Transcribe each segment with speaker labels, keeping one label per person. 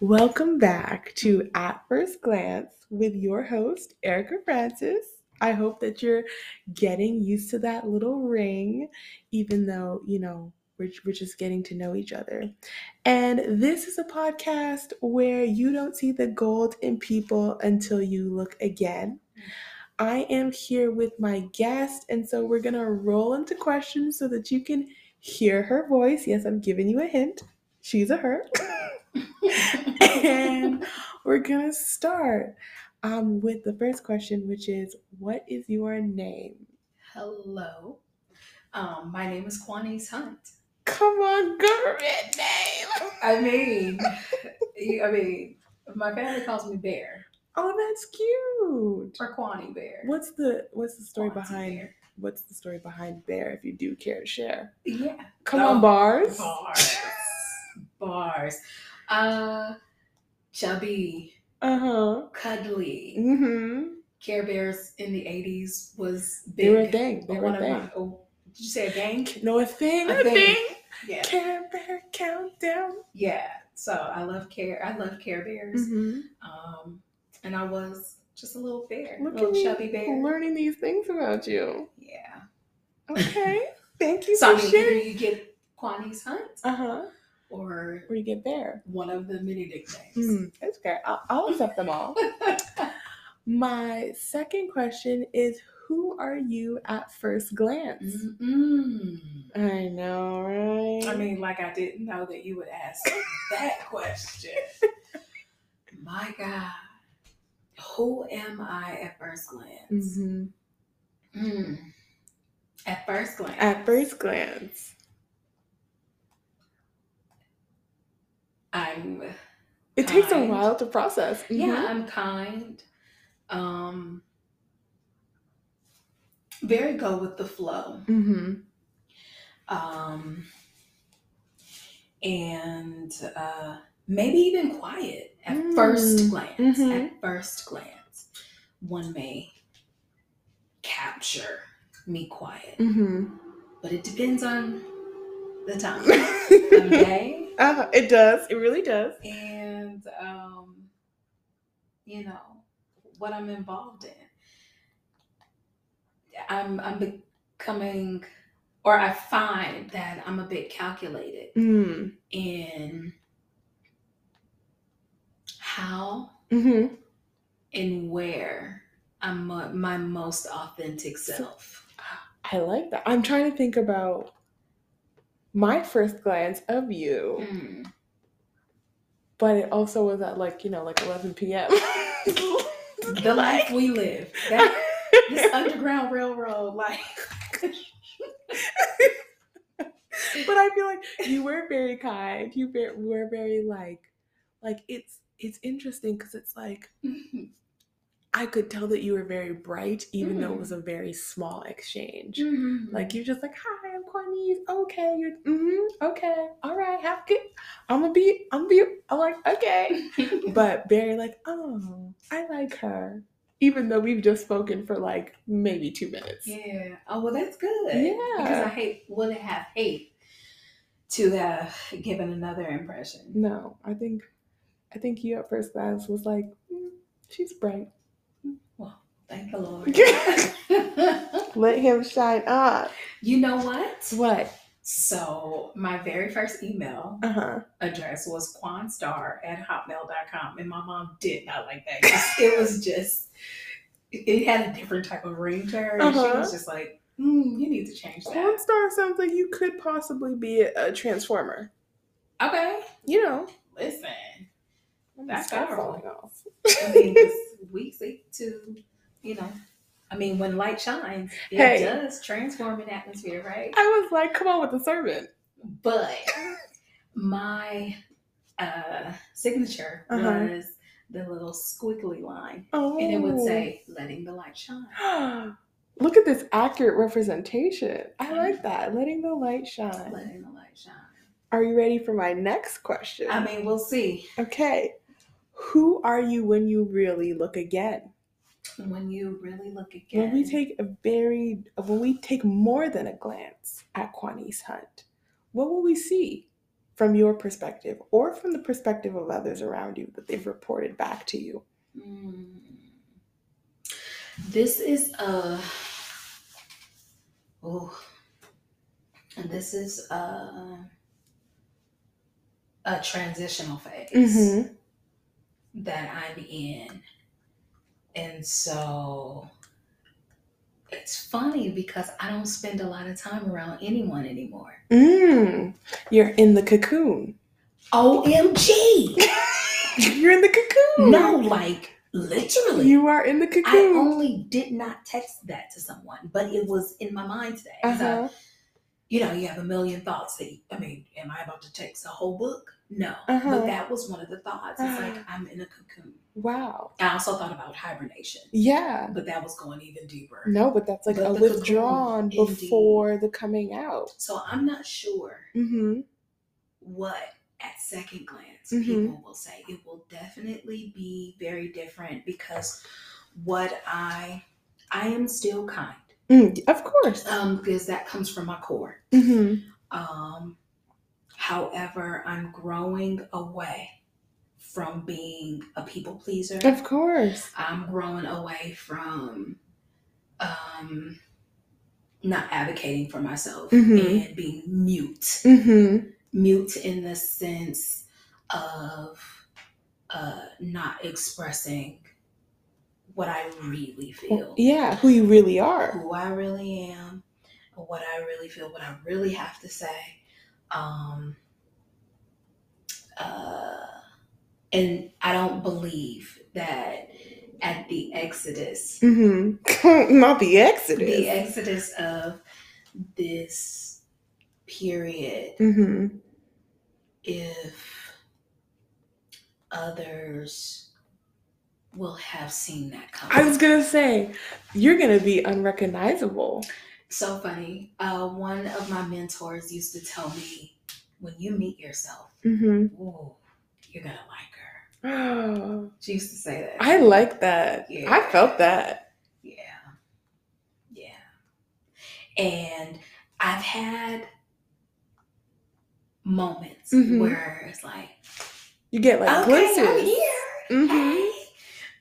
Speaker 1: Welcome back to At First Glance with your host, Erica Francis. I hope that you're getting used to that little ring, even though, you know, we're, we're just getting to know each other. And this is a podcast where you don't see the gold in people until you look again. I am here with my guest, and so we're gonna roll into questions so that you can hear her voice. Yes, I'm giving you a hint. She's a her. and we're gonna start um, with the first question, which is, "What is your name?"
Speaker 2: Hello. Um, my name is Quanice Hunt.
Speaker 1: Come on, girl, red name.
Speaker 2: I mean, you- I mean, my family calls me Bear
Speaker 1: Oh, that's cute.
Speaker 2: or Quani Bear.
Speaker 1: What's the What's the story
Speaker 2: Quanti
Speaker 1: behind
Speaker 2: Bear.
Speaker 1: What's the story behind Bear? If you do care to share,
Speaker 2: Yeah.
Speaker 1: come
Speaker 2: Oh,
Speaker 1: on, bars.
Speaker 2: Bars. bars. Uh, chubby,
Speaker 1: Uh huh.
Speaker 2: cuddly.
Speaker 1: Mm-hmm.
Speaker 2: Care Bears in the '80s was big.
Speaker 1: They were a thing. They
Speaker 2: But
Speaker 1: were
Speaker 2: one
Speaker 1: a
Speaker 2: of my-
Speaker 1: thing.
Speaker 2: oh, did you say a gang?
Speaker 1: No, a thing.
Speaker 2: A
Speaker 1: A
Speaker 2: thing.
Speaker 1: thing.
Speaker 2: Yeah.
Speaker 1: Care Bear countdown.
Speaker 2: Yeah. So I love Care. I love Care Bears.
Speaker 1: Mm-hmm.
Speaker 2: Um, and I was just a little bear,
Speaker 1: Look
Speaker 2: a little
Speaker 1: at me.
Speaker 2: chubby bear.
Speaker 1: Learning these things about you.
Speaker 2: Yeah.
Speaker 1: Okay. Thank you
Speaker 2: So I
Speaker 1: for
Speaker 2: mean, either
Speaker 1: sharing.
Speaker 2: you get Kwani's Hunt
Speaker 1: Uh huh.
Speaker 2: or
Speaker 1: Where you get there.
Speaker 2: one of the many nicknames.
Speaker 1: Hmm. That's fair. I'll, I'll accept them all. My second question is Who are you at first glance?
Speaker 2: Mm-mm.
Speaker 1: Mm-hmm. I know, right?
Speaker 2: I mean, like I didn't know that you would ask that question. My God, who am I at first glance?
Speaker 1: Mhm.
Speaker 2: Mm. At first glance,
Speaker 1: at first glance,
Speaker 2: I'm
Speaker 1: it takes a
Speaker 2: Kind.
Speaker 1: while to process. Mm-hmm.
Speaker 2: yeah, I'm kind, um, very go with the flow.
Speaker 1: Mm-hmm.
Speaker 2: um, and uh, maybe even quiet at
Speaker 1: Mm.
Speaker 2: first glance.
Speaker 1: Mhm.
Speaker 2: At first glance, one may capture me quiet,
Speaker 1: Mm-hmm.
Speaker 2: but it depends on the time of
Speaker 1: Mm-hmm.
Speaker 2: day
Speaker 1: uh, it does. It really does.
Speaker 2: and um, you know what I'm involved in. I'm I'm becoming, or I find that I'm a bit calculated
Speaker 1: Mm.
Speaker 2: in how
Speaker 1: Mm-hmm.
Speaker 2: and where I'm mo- my most authentic self.
Speaker 1: I like that. I'm trying to think about my first glance of you.
Speaker 2: Mm.
Speaker 1: but it also was at like you know like 11 p.m.
Speaker 2: The life we live, that, this underground railroad life.
Speaker 1: but I feel like you were very kind. You ve- were very like like it's it's interesting because it's like I could tell that you were very bright even though it
Speaker 2: Mhm.
Speaker 1: was a very small exchange.
Speaker 2: like
Speaker 1: Like you're just like, hi, I'm Quanese. Okay, you're mm okay, all right, have good. I'm gonna be, I'm gonna be. I'm like, okay, but Barry like, oh, I like her, even though we've just spoken for like maybe two minutes.
Speaker 2: yeah. Oh well, that's good.
Speaker 1: Yeah.
Speaker 2: because I hate would have hate to have given another impression.
Speaker 1: No, I think, I think you at first glance was like, mm, she's bright.
Speaker 2: Thank the Lord.
Speaker 1: Let him shine up.
Speaker 2: you know what?
Speaker 1: What?
Speaker 2: So my very first email
Speaker 1: Uh huh.
Speaker 2: address was quanstar at hotmail.com and my mom did not like that. 'cause It was just it- it had a different type of ring to her. and She
Speaker 1: Uh-huh.
Speaker 2: was just like, mm, you need to change
Speaker 1: Porn
Speaker 2: that.
Speaker 1: star sounds like you could possibly be a, a transformer.
Speaker 2: Okay.
Speaker 1: You know,
Speaker 2: Listen.
Speaker 1: that's
Speaker 2: That's powerful.
Speaker 1: falling off.
Speaker 2: I mean 'cause we seek to, you know. I mean when light shines, it
Speaker 1: Hey.
Speaker 2: does transform an atmosphere, right?
Speaker 1: I was like, come on with the sermon.
Speaker 2: But my uh signature
Speaker 1: Uh-huh.
Speaker 2: was the little squiggly line.
Speaker 1: Oh.
Speaker 2: and it would say letting the light shine
Speaker 1: Look at this accurate representation. I like that. Letting the light shine.
Speaker 2: letting the light shine
Speaker 1: Are you ready for my next question?
Speaker 2: i mean we'll see
Speaker 1: okay. Who are you when you really look again?
Speaker 2: when you really look again
Speaker 1: When we take a very, when we take more than a glance at Quani's Hunt, what will we see? from your perspective or from the perspective of others around you that they've reported back to you?
Speaker 2: Mm. This is a oh, and this is a a transitional phase Mm-hmm.
Speaker 1: Mhm.
Speaker 2: that I'm in, and so it's funny because I don't spend a lot of time around anyone anymore.
Speaker 1: Mm, you're in the cocoon.
Speaker 2: Omg,
Speaker 1: You're in the cocoon.
Speaker 2: no, like literally.
Speaker 1: You are in the
Speaker 2: I
Speaker 1: cocoon.
Speaker 2: only did not text that to someone, but it was in my mind today.
Speaker 1: Uh
Speaker 2: So
Speaker 1: huh.
Speaker 2: you know, you have a million thoughts. That you, I mean, am I about to text a whole book? No,
Speaker 1: Uh-huh.
Speaker 2: but that was one of the thoughts. It's like I'm in a cocoon.
Speaker 1: Wow.
Speaker 2: I also thought about hibernation,
Speaker 1: Yeah.
Speaker 2: but that was going even deeper.
Speaker 1: No, but that's like
Speaker 2: But
Speaker 1: a
Speaker 2: the cocoon,
Speaker 1: withdrawn
Speaker 2: indeed.
Speaker 1: before the coming out.
Speaker 2: So I'm not sure
Speaker 1: Mm-hmm.
Speaker 2: what, at second glance,
Speaker 1: Mhm.
Speaker 2: people will say. It will definitely be very different because what I, I am still kind
Speaker 1: Mm, of course.
Speaker 2: um, because that comes from my core.
Speaker 1: Mm-hmm.
Speaker 2: Um, however, I'm growing away from being a people pleaser.
Speaker 1: Of course.
Speaker 2: I'm growing away from um, not advocating for myself
Speaker 1: Mhm.
Speaker 2: and being mute.
Speaker 1: Mm-hmm.
Speaker 2: Mute in the sense of uh, not expressing what I really feel,
Speaker 1: Yeah, who you really are.
Speaker 2: who I really am, what I really feel, what I really have to say. Um, uh, and I don't believe that at the Exodus,
Speaker 1: Mm-hmm. Not the Exodus.
Speaker 2: the Exodus of this period,
Speaker 1: Mm-hmm.
Speaker 2: if others will have seen that coming.
Speaker 1: I was gonna say, you're gonna be unrecognizable.
Speaker 2: So funny. Uh, one of my mentors used to tell me, when you meet yourself,
Speaker 1: Mm-hmm.
Speaker 2: ooh, you're gonna like her.
Speaker 1: Oh,
Speaker 2: She used to say that.
Speaker 1: I like that.
Speaker 2: Yeah.
Speaker 1: I felt that.
Speaker 2: Yeah. Yeah. And I've had moments
Speaker 1: Mhm.
Speaker 2: where it's like,
Speaker 1: You get like
Speaker 2: okay, I'm
Speaker 1: glimpses.
Speaker 2: here.
Speaker 1: Mm-hmm.
Speaker 2: Hey.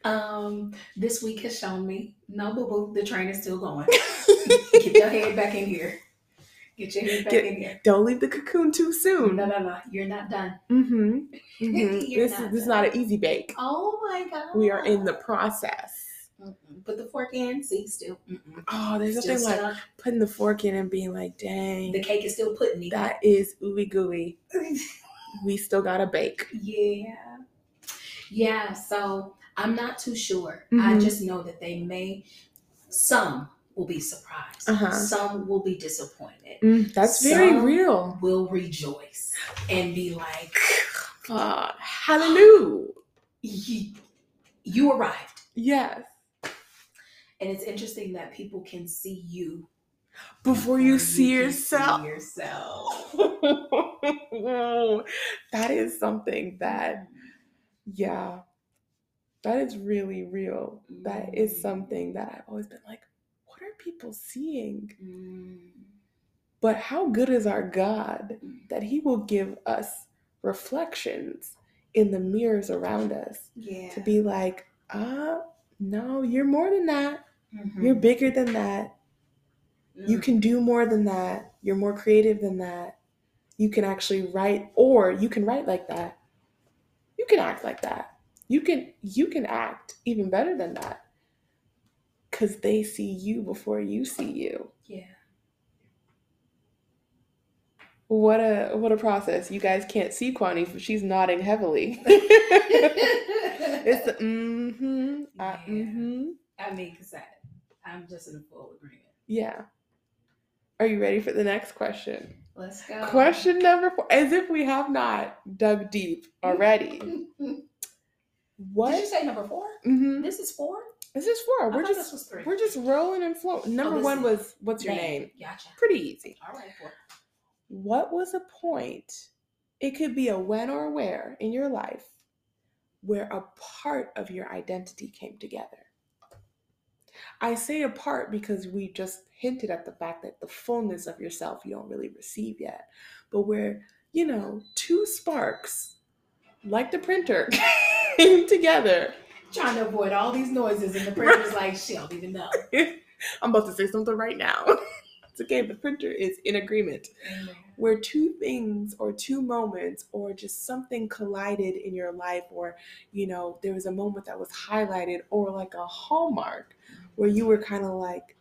Speaker 2: Um, this week has shown me, no boo boo, the train is still going. Get your head back in here. Get your head back
Speaker 1: Get-
Speaker 2: in here.
Speaker 1: Don't leave the cocoon too
Speaker 2: No,
Speaker 1: soon.
Speaker 2: no, no. You're not done.
Speaker 1: Mm-hmm.
Speaker 2: You're
Speaker 1: This,
Speaker 2: not
Speaker 1: is, this is
Speaker 2: done.
Speaker 1: not an easy bake.
Speaker 2: Oh my god.
Speaker 1: We are in the process.
Speaker 2: Mm-mm. Put the fork in. See, still. Mm-mm.
Speaker 1: Oh, there's
Speaker 2: Still
Speaker 1: nothing like
Speaker 2: stuck.
Speaker 1: putting the fork in and being like, dang,
Speaker 2: the cake is still putting it.
Speaker 1: that is ooey gooey. We still gotta bake.
Speaker 2: yeah. Yeah. So I'm not too sure. I
Speaker 1: Mhm.
Speaker 2: just know that they may. Some will be surprised.
Speaker 1: Uh-huh.
Speaker 2: Some will be disappointed.
Speaker 1: Mm, that's very
Speaker 2: Some-
Speaker 1: real.
Speaker 2: Will rejoice and be like,
Speaker 1: Uh, hallelujah.
Speaker 2: "Ye- "You arrived."
Speaker 1: Yes.
Speaker 2: And it's interesting that people can see you
Speaker 1: Before you see
Speaker 2: can
Speaker 1: yourself.
Speaker 2: yourself.
Speaker 1: that is something that, yeah, that is really real. That is something that I've always been like, what are people seeing?
Speaker 2: Mm.
Speaker 1: But how good is our God that He will give us reflections in the mirrors around us
Speaker 2: Yeah.
Speaker 1: to be like, ah, no, you're more than that.
Speaker 2: Mhm.
Speaker 1: You're bigger than that. You
Speaker 2: Mm.
Speaker 1: can do more than that. You're more creative than that. You can actually write, or you can write like that. You can act like that. You can you can act even better than that. Cause they see you before you see you.
Speaker 2: Yeah.
Speaker 1: What a what a process. You guys can't see Kwani, but she's nodding heavily. it's mm-hmm. Uh,
Speaker 2: Yeah.
Speaker 1: mm-hmm.
Speaker 2: I mean, because I'm just in full agreement.
Speaker 1: Yeah. Are you ready for the next question?
Speaker 2: Let's go.
Speaker 1: Question number four. As if we have not dug deep already.
Speaker 2: Did you
Speaker 1: What
Speaker 2: say number four?
Speaker 1: mm-hmm.
Speaker 2: This is four.
Speaker 1: this is for?
Speaker 2: I
Speaker 1: We're
Speaker 2: thought
Speaker 1: just
Speaker 2: this was three. Oh,
Speaker 1: we're just rolling and floating. Number
Speaker 2: this
Speaker 1: one
Speaker 2: is-
Speaker 1: was what's your name?
Speaker 2: Gotcha.
Speaker 1: Pretty easy.
Speaker 2: All right, four.
Speaker 1: What was a point? It could be a when or where in your life where a part of your identity came together. I say a part because we just hinted at the fact that the fullness of yourself you don't really receive yet, but where you know, two sparks, like the printer, came together.
Speaker 2: Trying to avoid all these noises, and the printer's like, she don't even know.
Speaker 1: I'm about to say something right now. it's okay, the printer is in agreement. Where two things or two moments or just something collided in your life, or, you know, there was a moment that was highlighted or like a hallmark where you were kind of like,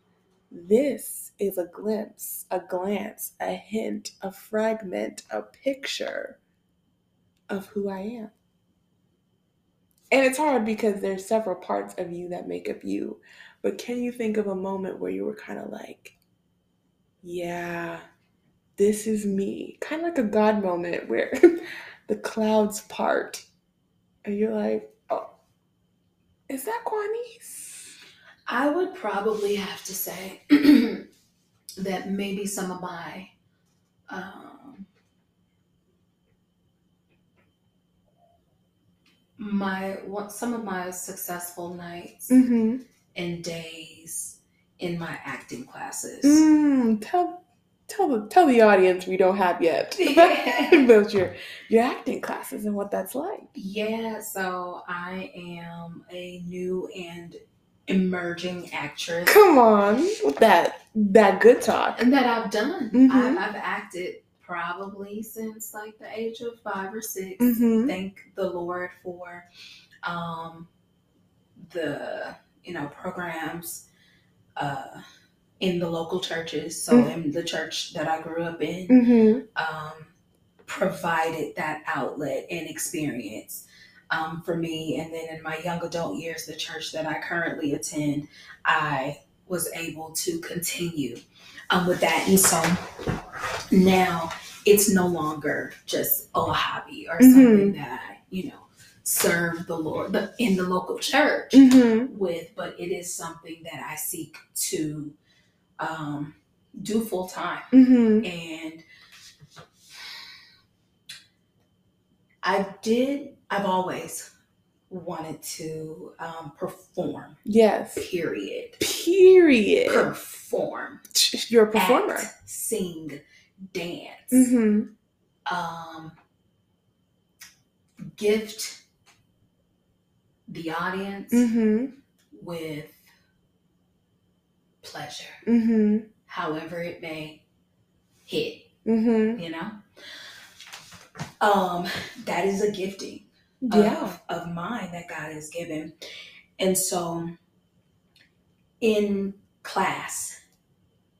Speaker 1: this is a glimpse, a glance, a hint, a fragment, a picture of who I am. And it's hard because there's several parts of you that make up you. But can you think of a moment where you were kind of like, yeah, this is me? Kind of like a God moment where the clouds part and you're like, oh, is that Quanice?
Speaker 2: I would probably have to say that maybe some of my um, my what some of my successful nights
Speaker 1: Mm-hmm.
Speaker 2: and days in my acting classes.
Speaker 1: Mm, tell tell the tell the audience we don't have yet about your your acting classes and what that's like.
Speaker 2: Yeah, so I am a new and emerging actress,
Speaker 1: Come on with that that good talk.
Speaker 2: and that I've done.
Speaker 1: Mhm.
Speaker 2: I've, I've acted probably since like the age of five or 6
Speaker 1: Mm-hmm.
Speaker 2: Thank the Lord for um, the you know programs uh, in the local churches. So
Speaker 1: Mhm.
Speaker 2: in the church that I grew up in,
Speaker 1: Mm-hmm.
Speaker 2: um, provided that outlet and experience um, for me. And then in my young adult years, the church that I currently attend, I was able to continue um, with that. And so now it's no longer just a hobby or
Speaker 1: Mhm.
Speaker 2: something that I, you know, serve the Lord the- in the local church
Speaker 1: Mm-hmm.
Speaker 2: with, but it is something that I seek to um, do full time
Speaker 1: Mm-hmm.
Speaker 2: and I did. I've always wanted to um, perform.
Speaker 1: Yes.
Speaker 2: Period.
Speaker 1: Period.
Speaker 2: Perform.
Speaker 1: You're a performer.
Speaker 2: Act, sing, dance.
Speaker 1: Mm-hmm.
Speaker 2: Um, gift the audience
Speaker 1: Mm-hmm.
Speaker 2: with pleasure,
Speaker 1: Mm-hmm.
Speaker 2: however it may hit.
Speaker 1: Mm-hmm.
Speaker 2: You know. Um, that is a gifting. of,
Speaker 1: Yeah.
Speaker 2: of mine that God has given. And so in class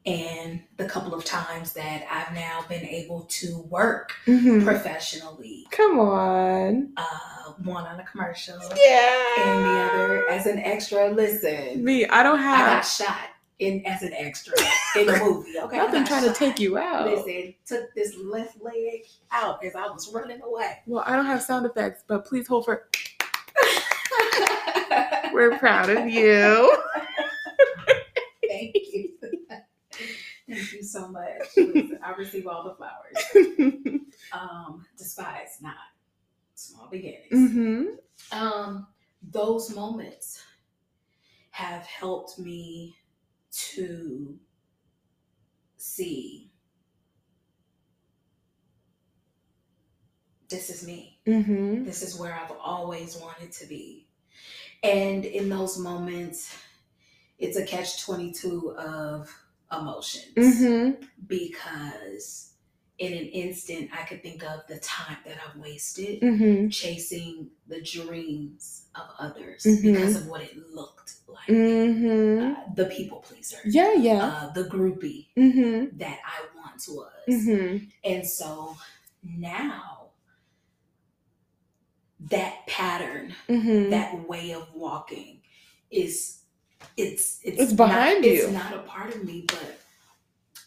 Speaker 2: and the couple of times that I've now been able to work
Speaker 1: Mm-hmm.
Speaker 2: professionally,
Speaker 1: Come on.
Speaker 2: uh, one on a commercial and the
Speaker 1: Yeah.
Speaker 2: other as an extra. Listen,
Speaker 1: Me, I don't
Speaker 2: I got
Speaker 1: have
Speaker 2: shot in as an extra in a movie. Okay, I
Speaker 1: nothing
Speaker 2: got
Speaker 1: trying to
Speaker 2: shot.
Speaker 1: take you out.
Speaker 2: Listen, took this left leg out as I was running away.
Speaker 1: Well, I don't have sound effects, but please hold for. We're proud of you.
Speaker 2: Thank you. Thank you so much. Listen, I receive all the flowers.
Speaker 1: mhm.
Speaker 2: Um, despise not small beginnings.
Speaker 1: Mhm.
Speaker 2: Um, those moments have helped me to see this is me.
Speaker 1: Mhm.
Speaker 2: This is where I've always wanted to be. And in those moments, it's a catch 22 of emotions.
Speaker 1: Mhm.
Speaker 2: because in an instant I could think of the time that I've wasted
Speaker 1: Mhm.
Speaker 2: chasing the dreams of others
Speaker 1: Mhm.
Speaker 2: because of what it looked like.
Speaker 1: Mhm.
Speaker 2: Uh, the people pleaser,
Speaker 1: Yeah, yeah.
Speaker 2: uh, the groupie
Speaker 1: Mhm.
Speaker 2: that I once was.
Speaker 1: Mhm.
Speaker 2: And so now that pattern,
Speaker 1: Mhm.
Speaker 2: that way of walking is it's it's,
Speaker 1: It's behind
Speaker 2: not,
Speaker 1: you.
Speaker 2: It's not a part of me, but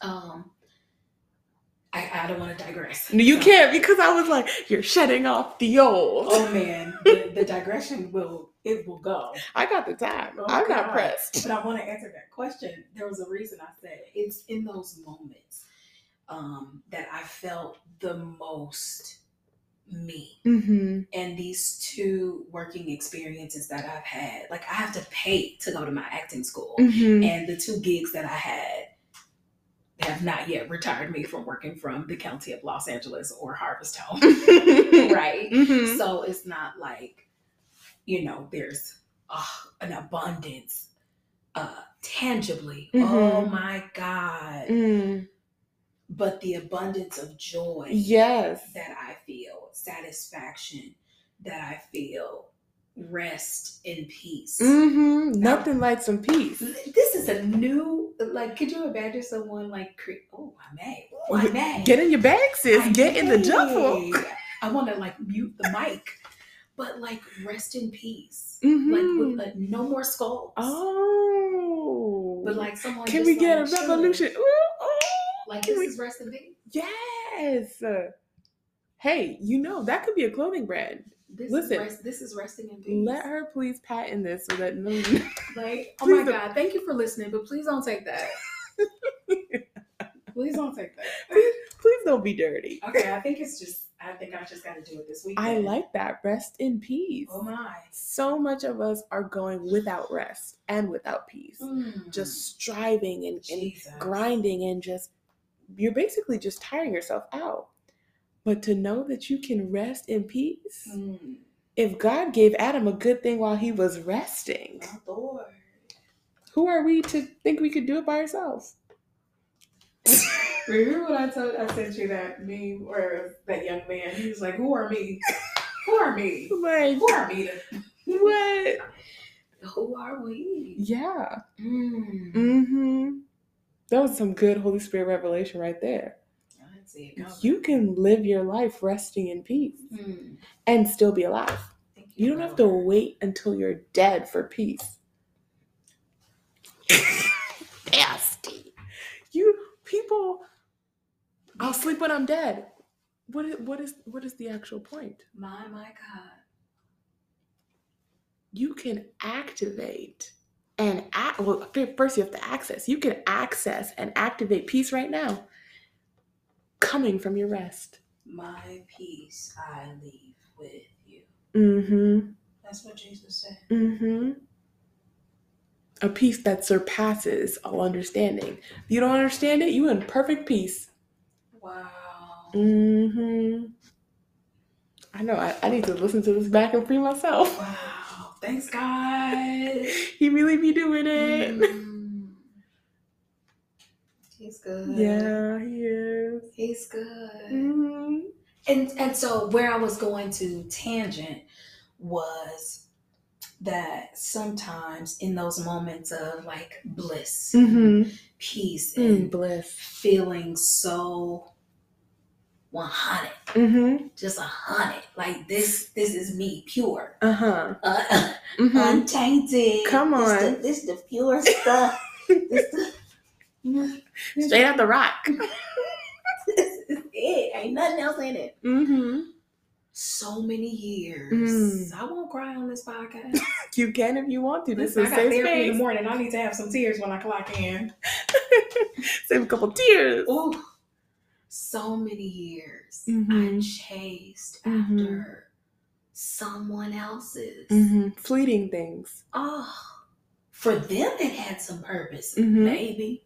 Speaker 2: um I, I don't want to digress.
Speaker 1: No, You
Speaker 2: So-
Speaker 1: can't because I was like, you're shedding off the old.
Speaker 2: Oh man, the, the digression will it will go.
Speaker 1: I got the time.
Speaker 2: Oh,
Speaker 1: I'm not
Speaker 2: God.
Speaker 1: pressed.
Speaker 2: But I want to answer that question. There was a reason I said it. it's in those moments um, that I felt the most me.
Speaker 1: Mhm.
Speaker 2: And these two working experiences that I've had, like I have to pay to go to my acting school,
Speaker 1: Mhm.
Speaker 2: and the two gigs that I had have not yet retired me from working from the county of Los Angeles or Harvest Home,
Speaker 1: right.
Speaker 2: right?
Speaker 1: Mm-hmm.
Speaker 2: So it's not like, you know, there's uh, an abundance uh, tangibly. Oh
Speaker 1: Mhm.
Speaker 2: my God.
Speaker 1: Mm-hmm. Mm.
Speaker 2: But the abundance of joy
Speaker 1: Yes.
Speaker 2: that I feel, satisfaction that I feel, rest in peace.
Speaker 1: hmm Nothing like some peace.
Speaker 2: This is a new, like, could you imagine someone like, cre- oh, I may, oh, I may.
Speaker 1: Get in your bag, sis.
Speaker 2: I
Speaker 1: Get in the
Speaker 2: may.
Speaker 1: duffel.
Speaker 2: I want to like mute the mic, but like rest in peace. Like,
Speaker 1: Mhm.
Speaker 2: with, like no more skulls.
Speaker 1: oh.
Speaker 2: But like someone.
Speaker 1: Can
Speaker 2: just,
Speaker 1: we get a
Speaker 2: like, show them,
Speaker 1: revolution? Ooh, ooh.
Speaker 2: Like
Speaker 1: Can
Speaker 2: this
Speaker 1: we-
Speaker 2: is rest in peace.
Speaker 1: Yes. Hey, you know, that could be a clothing brand.
Speaker 2: This
Speaker 1: Listen.
Speaker 2: is rest, this is resting in peace.
Speaker 1: Let her please patent this so that no.
Speaker 2: Like, oh
Speaker 1: Please don't-
Speaker 2: my God, thank you for listening, but please don't take that. please don't take that.
Speaker 1: please don't be dirty.
Speaker 2: Okay, I think it's just, I think I just got to do it this weekend.
Speaker 1: I like that. Rest in peace.
Speaker 2: Oh my.
Speaker 1: So much of us are going without rest and without peace,
Speaker 2: Mm,
Speaker 1: just striving and, and
Speaker 2: Jesus.
Speaker 1: grinding and just, you're basically just tiring yourself out. But to know that you can rest in peace,
Speaker 2: Mm,
Speaker 1: if God gave Adam a good thing while he was resting,
Speaker 2: my Lord.
Speaker 1: who are we to think we could do it by ourselves?
Speaker 2: Remember when I told I sent you that meme or that young man? He was like, "Who are me? Who are me?
Speaker 1: Like,
Speaker 2: Who are me? to-
Speaker 1: what?
Speaker 2: Who are we?"
Speaker 1: Yeah.
Speaker 2: Mm.
Speaker 1: Mm-hmm. That was some good Holy Spirit revelation right there.
Speaker 2: I didn't see it coming.
Speaker 1: You can live your life resting in peace
Speaker 2: Mm.
Speaker 1: and still be alive.
Speaker 2: Thank
Speaker 1: You don't have to
Speaker 2: Lord.
Speaker 1: wait until you're dead for peace. Nasty. You people. I'll sleep when I'm dead. What is, what is what is the actual point?
Speaker 2: My my God.
Speaker 1: you can activate and act well f- first you have to access you can access and activate peace right now coming from your rest
Speaker 2: My peace I leave with you.
Speaker 1: mm-hmm
Speaker 2: That's what Jesus said.
Speaker 1: mm-hmm a peace that surpasses all understanding if you don't understand it you in perfect peace
Speaker 2: Wow.
Speaker 1: Mm. mm-hmm i know I, I need to listen to this back and free myself
Speaker 2: Wow. Thanks, God.
Speaker 1: he really be doing it
Speaker 2: Mm. He's good.
Speaker 1: yeah he is
Speaker 2: He's good.
Speaker 1: mm-hmm.
Speaker 2: And and so where I was going to tangent was that sometimes in those moments of like bliss,
Speaker 1: Mm-hmm.
Speaker 2: peace,
Speaker 1: Mm,
Speaker 2: and
Speaker 1: bliss
Speaker 2: feeling so one hundred,
Speaker 1: Mm-hmm.
Speaker 2: just a hundred, like this this is me pure,
Speaker 1: Uh-huh.
Speaker 2: uh,
Speaker 1: Mm-hmm.
Speaker 2: untainted.
Speaker 1: Come
Speaker 2: This
Speaker 1: on.
Speaker 2: the- this the pure stuff. this the
Speaker 1: Straight out the rock.
Speaker 2: this is it. Ain't nothing else in it.
Speaker 1: Mm-hmm.
Speaker 2: So many years.
Speaker 1: Mm.
Speaker 2: I won't cry on this podcast.
Speaker 1: You can if you want to. This
Speaker 2: Listen,
Speaker 1: is
Speaker 2: I got
Speaker 1: safe
Speaker 2: therapy in the
Speaker 1: space.
Speaker 2: morning. I need to have some tears when I clock in.
Speaker 1: Save a couple tears.
Speaker 2: Ooh, so many years I
Speaker 1: Mhm.
Speaker 2: chased
Speaker 1: Mhm.
Speaker 2: after someone else's.
Speaker 1: Mm-hmm. Fleeting things.
Speaker 2: Oh, for them it had some purpose,
Speaker 1: Mhm.
Speaker 2: maybe.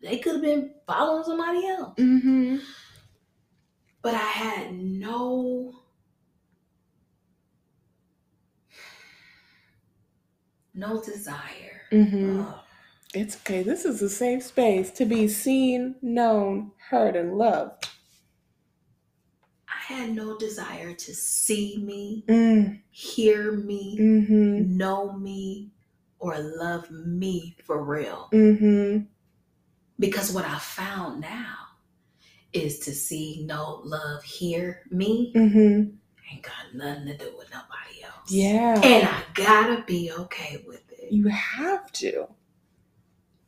Speaker 2: They could have been following somebody else,
Speaker 1: Mm-hmm.
Speaker 2: but I had no. No desire.
Speaker 1: Mm-hmm.
Speaker 2: Ugh.
Speaker 1: It's okay. This is a safe space to be seen, known, heard, and loved.
Speaker 2: I had no desire to see me,
Speaker 1: Mm.
Speaker 2: hear me,
Speaker 1: Mm-hmm.
Speaker 2: know me, or love me for real.
Speaker 1: Mm-hmm.
Speaker 2: Because what I found now is to see, know, love, hear me
Speaker 1: Mm-hmm.
Speaker 2: ain't got nothing to do with nobody else.
Speaker 1: Yeah.
Speaker 2: And I gotta be okay with it.
Speaker 1: You have to.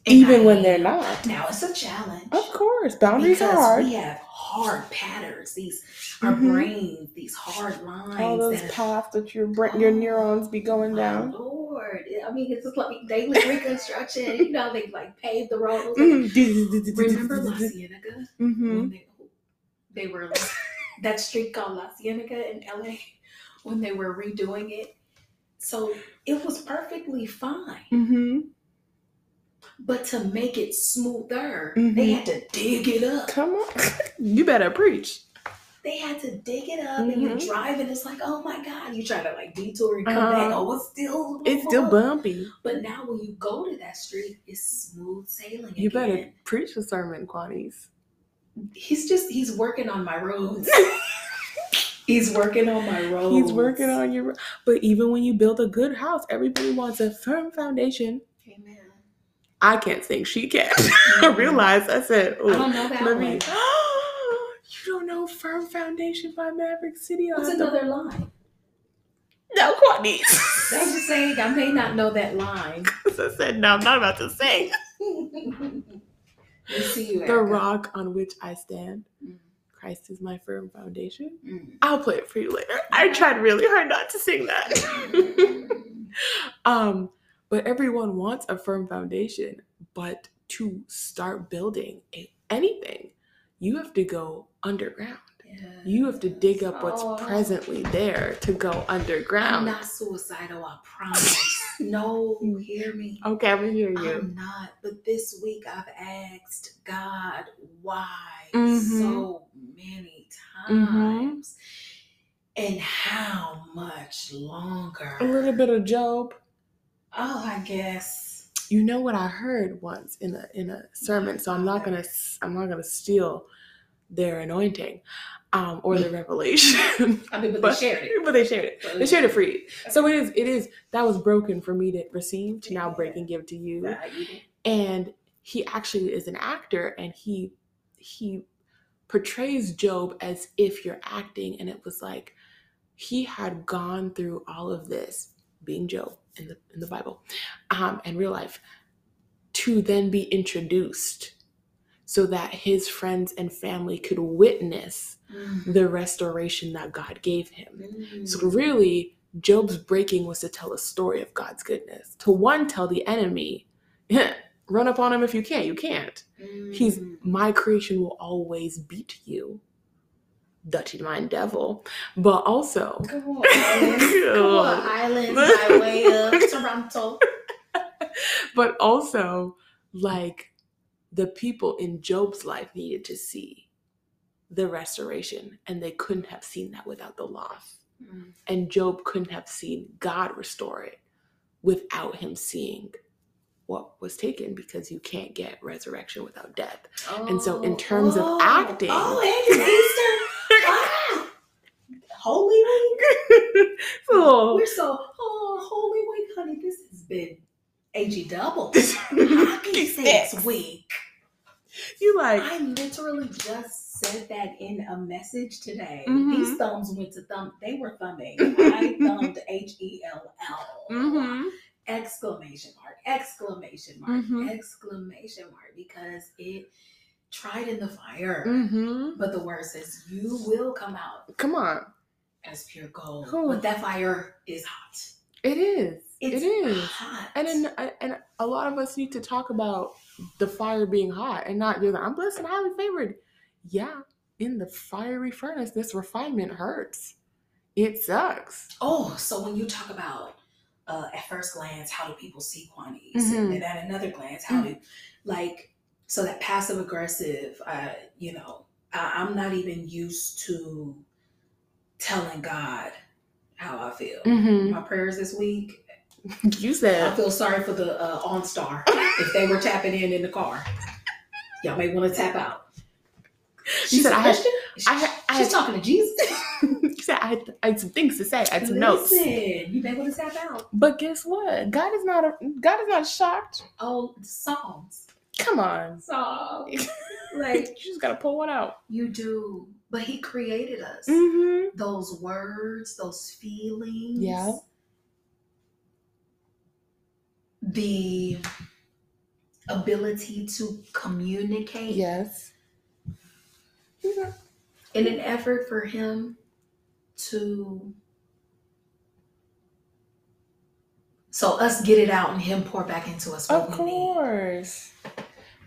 Speaker 2: And
Speaker 1: Even
Speaker 2: I
Speaker 1: when they're
Speaker 2: am.
Speaker 1: not.
Speaker 2: Now it's a challenge.
Speaker 1: Of course. Oh Boundaries are
Speaker 2: Because
Speaker 1: hard.
Speaker 2: we have hard patterns, these our
Speaker 1: Mhm.
Speaker 2: brains, these hard lines.
Speaker 1: All those
Speaker 2: that-
Speaker 1: paths that your brain, your neurons be going
Speaker 2: My
Speaker 1: down.
Speaker 2: Lord, I mean, it's just like daily reconstruction. you know, they like paved the
Speaker 1: Mm,
Speaker 2: roads. Remember La
Speaker 1: Mm-hmm.
Speaker 2: Cienega?
Speaker 1: Mm-hmm.
Speaker 2: When they, they were that street called La Cienega in LA when they were redoing it. So it was perfectly fine,
Speaker 1: Mm-hmm.
Speaker 2: But to make it smoother,
Speaker 1: Mhm.
Speaker 2: they had to dig it up.
Speaker 1: Come on. you better preach.
Speaker 2: They had to dig it up, and you're
Speaker 1: Mhm.
Speaker 2: driving. It's like, oh my god, you try to like detour and come back.
Speaker 1: Uh-huh.
Speaker 2: Oh, it's still
Speaker 1: It's still
Speaker 2: bumped.
Speaker 1: bumpy.
Speaker 2: But now when you go to that street, it's smooth sailing.
Speaker 1: You better
Speaker 2: again.
Speaker 1: preach the sermon, Quanies.
Speaker 2: He's just he's working on my roads. he's working on my roads.
Speaker 1: He's working on your. But even when you build a good house, everybody wants a firm foundation.
Speaker 2: Amen.
Speaker 1: I can't sing. She can. I realized. I said,
Speaker 2: Mm-hmm. I
Speaker 1: "Ooh,
Speaker 2: don't know that
Speaker 1: let
Speaker 2: one.
Speaker 1: me." you don't know "Firm Foundation" by Maverick City.
Speaker 2: What's
Speaker 1: Author.
Speaker 2: another line?
Speaker 1: No,
Speaker 2: I
Speaker 1: Quanies.
Speaker 2: was just saying I may not know that line.
Speaker 1: I said, "No, I'm not about to sing."
Speaker 2: we see you.
Speaker 1: The
Speaker 2: Erica.
Speaker 1: rock on which I stand.
Speaker 2: Mm,
Speaker 1: Christ is my firm foundation.
Speaker 2: mm,
Speaker 1: I'll play it for you later. I tried really hard not to sing that.
Speaker 2: mm.
Speaker 1: Um, but everyone wants a firm foundation, but to start building a- anything, you have to go underground. You have to dig up what's
Speaker 2: Oh.
Speaker 1: presently there to go
Speaker 2: I'm
Speaker 1: underground.
Speaker 2: not suicidal, I promise. no, hear me.
Speaker 1: Okay, I'm gonna hear you.
Speaker 2: I'm not, but this week I've asked God why
Speaker 1: Mhm.
Speaker 2: so many
Speaker 1: Mhm.
Speaker 2: times and how much longer.
Speaker 1: A little bit of Job.
Speaker 2: Oh, I guess.
Speaker 1: You know what I heard once in a in a sermon, so I'm not gonna s- I'm not gonna steal their anointing um, or the revelation,
Speaker 2: I mean, but,
Speaker 1: But-
Speaker 2: they shared it.
Speaker 1: but they shared it.
Speaker 2: So
Speaker 1: They shared it free. So it is it is that was broken for me to receive to now break and give to you.
Speaker 2: Valued.
Speaker 1: and he actually is an actor and he he portrays job as if you're acting and it was like he had gone through all of this being job in the in the bible um and real life to then be introduced so that his friends and family could witness
Speaker 2: Mm.
Speaker 1: the restoration that god gave him
Speaker 2: Mm.
Speaker 1: so really, Job's breaking was to tell a story of God's goodness. To one, tell the enemy, run up on him if you can. You can't. He's
Speaker 2: Mm.
Speaker 1: my creation will always beat you, dirty mind devil. But also,
Speaker 2: Come on,
Speaker 1: Oh.
Speaker 2: islands. Come on, islands by way of Toronto.
Speaker 1: but also, like the people in Job's life needed to see the restoration, and they couldn't have seen that without the loss.
Speaker 2: Mm.
Speaker 1: and Job couldn't have seen God restore it without him seeing what was taken because you can't get resurrection without death. And so in
Speaker 2: Oh,
Speaker 1: terms of
Speaker 2: oh,
Speaker 1: acting-
Speaker 2: oh, and it's Easter. ah, Holy Week.
Speaker 1: so,
Speaker 2: We're so oh, Holy Week, honey. This has been AG double. Hockey
Speaker 1: Hockey
Speaker 2: sticks
Speaker 1: sticks.
Speaker 2: week.
Speaker 1: you like
Speaker 2: I literally just said that in a message today.
Speaker 1: Mhm.
Speaker 2: These thumbs went to thumb. They were thumbing. I thumbed H E L L.
Speaker 1: mm-hmm.
Speaker 2: exclamation mark exclamation mark
Speaker 1: Mhm.
Speaker 2: exclamation mark because it tried in the fire
Speaker 1: Mm-hmm.
Speaker 2: but the word says you will come out
Speaker 1: Come on.
Speaker 2: as pure gold
Speaker 1: Cool.
Speaker 2: but that fire is hot
Speaker 1: It is.
Speaker 2: it's
Speaker 1: Oh. it is.
Speaker 2: hot
Speaker 1: And in, and a lot of us need to talk about the fire being hot and not just I'm blessed and highly favored. Yeah, in the fiery furnace, this refinement hurts. It sucks.
Speaker 2: oh so when you talk about uh, at first glance how do people see quantities
Speaker 1: Mhm.
Speaker 2: and then at another glance how
Speaker 1: Mm.
Speaker 2: do like so that passive aggressive uh, you know I, i'm not even used to telling god how i feel
Speaker 1: Mm-hmm.
Speaker 2: my prayers this week.
Speaker 1: You
Speaker 2: I
Speaker 1: said
Speaker 2: feel sorry for the uh, OnStar if they were tapping in in the car. Y'all may want to tap out. She's
Speaker 1: said
Speaker 2: a
Speaker 1: I had-
Speaker 2: Christian. She-
Speaker 1: I had- I had-
Speaker 2: she's talking to Jesus.
Speaker 1: you said I had, I had some things to say. I had some
Speaker 2: Listen,
Speaker 1: notes.
Speaker 2: you may want to tap out.
Speaker 1: But guess what? God is not a, God is not shocked.
Speaker 2: Oh, Psalms,
Speaker 1: Come on,
Speaker 2: Psalms. like
Speaker 1: you just gotta pull one out.
Speaker 2: you do, but He created us.
Speaker 1: Mm-hmm.
Speaker 2: Those words, those feelings.
Speaker 1: Yeah.
Speaker 2: The ability to communicate.
Speaker 1: Yes.
Speaker 2: in an effort for him to so us get it out and him pour back into us what
Speaker 1: Of
Speaker 2: we need
Speaker 1: course.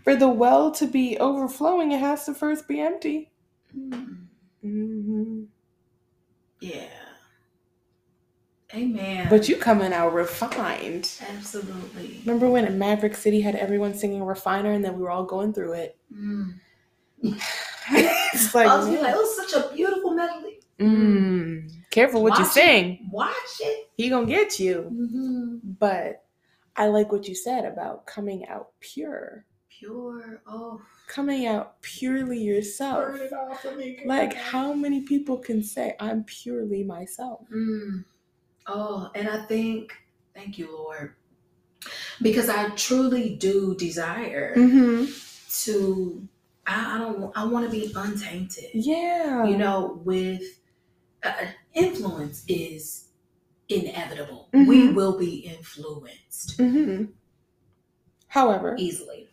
Speaker 1: For the well to be overflowing, it has to first be empty.
Speaker 2: Mm,
Speaker 1: Mm-hmm.
Speaker 2: yeah Amen.
Speaker 1: But you coming out refined.
Speaker 2: absolutely.
Speaker 1: Remember when in Maverick City had everyone singing Refiner and then we were all going through it?
Speaker 2: Mm.
Speaker 1: it's like,
Speaker 2: I was be like, oh, such a beautiful melody.
Speaker 1: mm, careful what you
Speaker 2: Watch it.
Speaker 1: sing.
Speaker 2: Watch it.
Speaker 1: He gonna get you.
Speaker 2: Mm-hmm.
Speaker 1: But I like what you said about coming out pure,
Speaker 2: Pure. Oh,
Speaker 1: coming out purely yourself.
Speaker 2: burn it off of me. girl.
Speaker 1: Like, how many people can say, I'm purely myself?
Speaker 2: Mm. Oh, and I think, thank you, Lord, because I truly do desire
Speaker 1: Mm-hmm.
Speaker 2: to. I, I don't. I want to be untainted.
Speaker 1: Yeah.
Speaker 2: you know with uh, influence is inevitable we
Speaker 1: Mhm.
Speaker 2: will be influenced
Speaker 1: hmm However,
Speaker 2: easily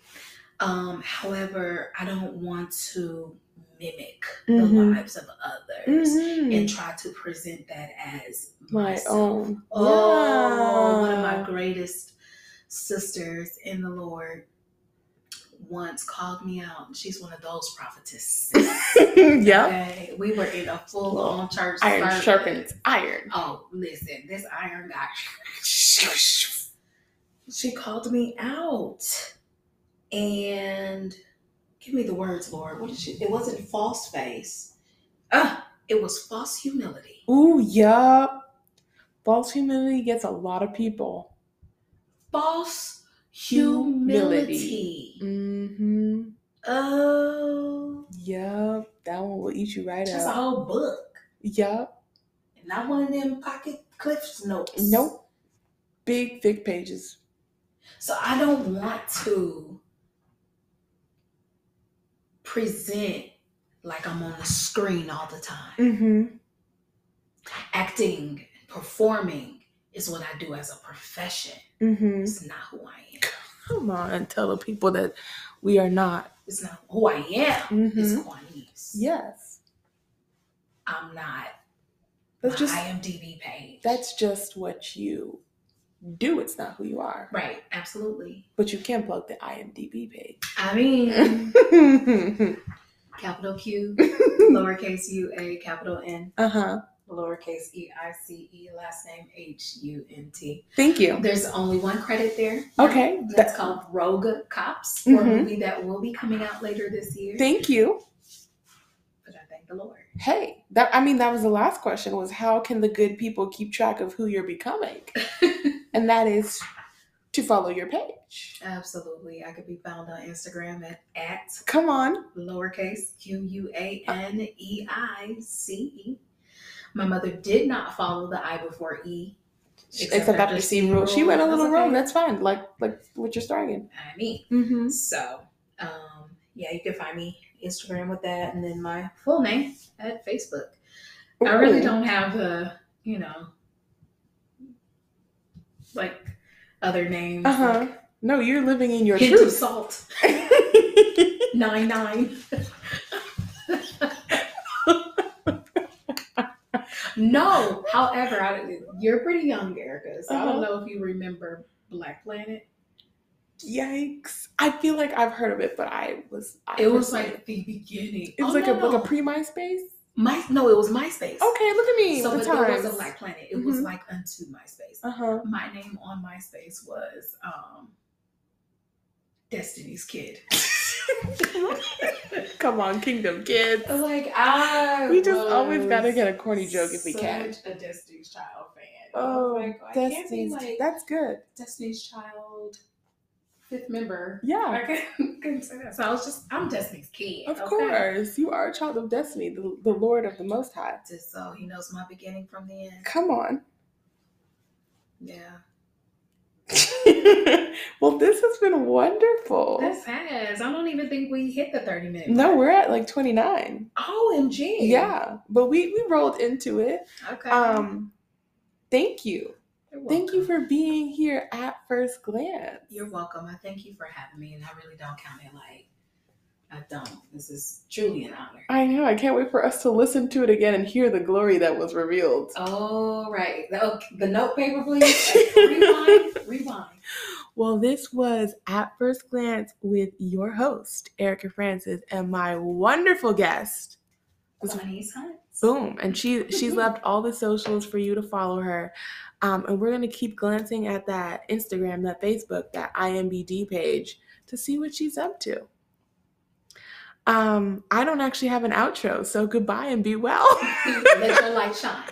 Speaker 2: um however i don't want to mimic the
Speaker 1: Mhm.
Speaker 2: lives of others
Speaker 1: mhm,
Speaker 2: and try to present that as
Speaker 1: my
Speaker 2: myself.
Speaker 1: own.
Speaker 2: Oh, one of
Speaker 1: Yeah.
Speaker 2: my greatest sisters in the Lord once called me out. She's one of those prophetesses.
Speaker 1: yep.
Speaker 2: Okay, we were in a full on church.
Speaker 1: Iron
Speaker 2: service.
Speaker 1: sharpens iron.
Speaker 2: Oh, listen, this iron got. She called me out, and give me the words, Lord. What did she? It wasn't false face. Ah, it was false humility.
Speaker 1: Ooh, yup. False humility gets a lot of people.
Speaker 2: False humility.
Speaker 1: Mm-hmm.
Speaker 2: Oh,
Speaker 1: Yup. That one will eat you right
Speaker 2: that's a
Speaker 1: up.
Speaker 2: whole book,
Speaker 1: Yup.
Speaker 2: and not one of them pocket cliffs notes.
Speaker 1: Nope. Big thick pages.
Speaker 2: So I don't want to present like I'm on the screen all the time.
Speaker 1: Mm-hmm.
Speaker 2: Acting, performing is what I do as a profession.
Speaker 1: Mm-hmm.
Speaker 2: It's not who I am.
Speaker 1: Come on and tell the people that we are not.
Speaker 2: It's not who I am. It's
Speaker 1: Mm-hmm.
Speaker 2: Quanice.
Speaker 1: Yes.
Speaker 2: I'm not
Speaker 1: That's
Speaker 2: my
Speaker 1: just
Speaker 2: IMDb page.
Speaker 1: that's just what you do. It's not who you are.
Speaker 2: right. Absolutely.
Speaker 1: But you can plug the IMDB page.
Speaker 2: I mean,
Speaker 1: uh-huh.
Speaker 2: capital Q, lowercase u a, capital N,
Speaker 1: Uh-huh.
Speaker 2: lowercase e i c e, last name h u n t.
Speaker 1: Thank you.
Speaker 2: There's only one credit there.
Speaker 1: Okay.
Speaker 2: That's
Speaker 1: That,
Speaker 2: called Rogue Cops, for
Speaker 1: Mhm.
Speaker 2: a movie that will be coming out later this year.
Speaker 1: thank you.
Speaker 2: but I thank the Lord.
Speaker 1: Hey, that I mean that was the last question was how can the good people keep track of who you're becoming? and that is to follow your page.
Speaker 2: Absolutely. I could be found on Instagram at, at
Speaker 1: Come on.
Speaker 2: lowercase q u a n e i c e. My mother did not follow the I before E.
Speaker 1: Except, that
Speaker 2: after
Speaker 1: receive
Speaker 2: C
Speaker 1: rule. She went a
Speaker 2: That's
Speaker 1: little
Speaker 2: okay.
Speaker 1: wrong. That's fine. Like like what you're starting.
Speaker 2: I mean,
Speaker 1: Mm-hmm.
Speaker 2: So, um, yeah, you can find me Instagram with that, and then my full name at Facebook. I really don't have a, you know, like other names.
Speaker 1: Uh-huh. No, you're living in your
Speaker 2: Like, hint of
Speaker 1: truth.
Speaker 2: salt nine nine. no, however, I, you're pretty young, Erica, so
Speaker 1: Uh-huh.
Speaker 2: I don't know if you remember Black Planet.
Speaker 1: Yikes. I feel like I've heard of it, but I was I
Speaker 2: It was
Speaker 1: personally-
Speaker 2: like the beginning.
Speaker 1: it was
Speaker 2: Oh,
Speaker 1: like
Speaker 2: no,
Speaker 1: a like
Speaker 2: no.
Speaker 1: a pre MySpace.
Speaker 2: My no, it was
Speaker 1: Okay,
Speaker 2: MySpace.
Speaker 1: look at me.
Speaker 2: So
Speaker 1: the
Speaker 2: but there
Speaker 1: times.
Speaker 2: was a Black Planet. It was
Speaker 1: Mhm.
Speaker 2: like unto MySpace.
Speaker 1: uh-huh.
Speaker 2: My name on MySpace was um Destiny's Kid.
Speaker 1: Come on, Kingdom Kids.
Speaker 2: like I
Speaker 1: We just always
Speaker 2: was
Speaker 1: gotta get a corny joke if we can.
Speaker 2: such A Destiny's Child fan.
Speaker 1: Oh,
Speaker 2: I was like, I can't be
Speaker 1: Destiny's.
Speaker 2: like
Speaker 1: That's good.
Speaker 2: Destiny's Child fifth member.
Speaker 1: Yeah,
Speaker 2: I couldn't, couldn't say that. So I was just I'm Destiny's Kid.
Speaker 1: of
Speaker 2: okay?
Speaker 1: course. You are a child of destiny, the, the Lord of the Most High.
Speaker 2: Just so he knows my beginning from the end.
Speaker 1: Come on.
Speaker 2: Yeah.
Speaker 1: well, this has been wonderful.
Speaker 2: That has. I don't even think we hit the Oh, 30 minute.
Speaker 1: no,
Speaker 2: mark.
Speaker 1: we're at like 29.
Speaker 2: OMG.
Speaker 1: Yeah, but we, we rolled into it.
Speaker 2: Okay.
Speaker 1: Um, thank you.
Speaker 2: You're
Speaker 1: Thank you
Speaker 2: welcome.
Speaker 1: for being here at first glance.
Speaker 2: You're welcome. I thank you for having me, and I really don't count it like I don't. This is truly an honor.
Speaker 1: I know. I can't wait for us to listen to it again and hear the glory that was revealed.
Speaker 2: All right. The, okay, the note paper, please. rewind. Rewind.
Speaker 1: Well, this was At First Glance with your host, Erica Francis, and my wonderful guest,
Speaker 2: Quanese Hunt.
Speaker 1: Boom. And she she's left all the socials for you to follow her. Um, and we're gonna keep glancing at that Instagram, that Facebook, that IMBD page to see what she's up to. Um, I don't actually have an outro, so goodbye and be well.
Speaker 2: Let your light shine.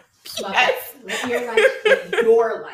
Speaker 2: Love it. Let your light shine. Your light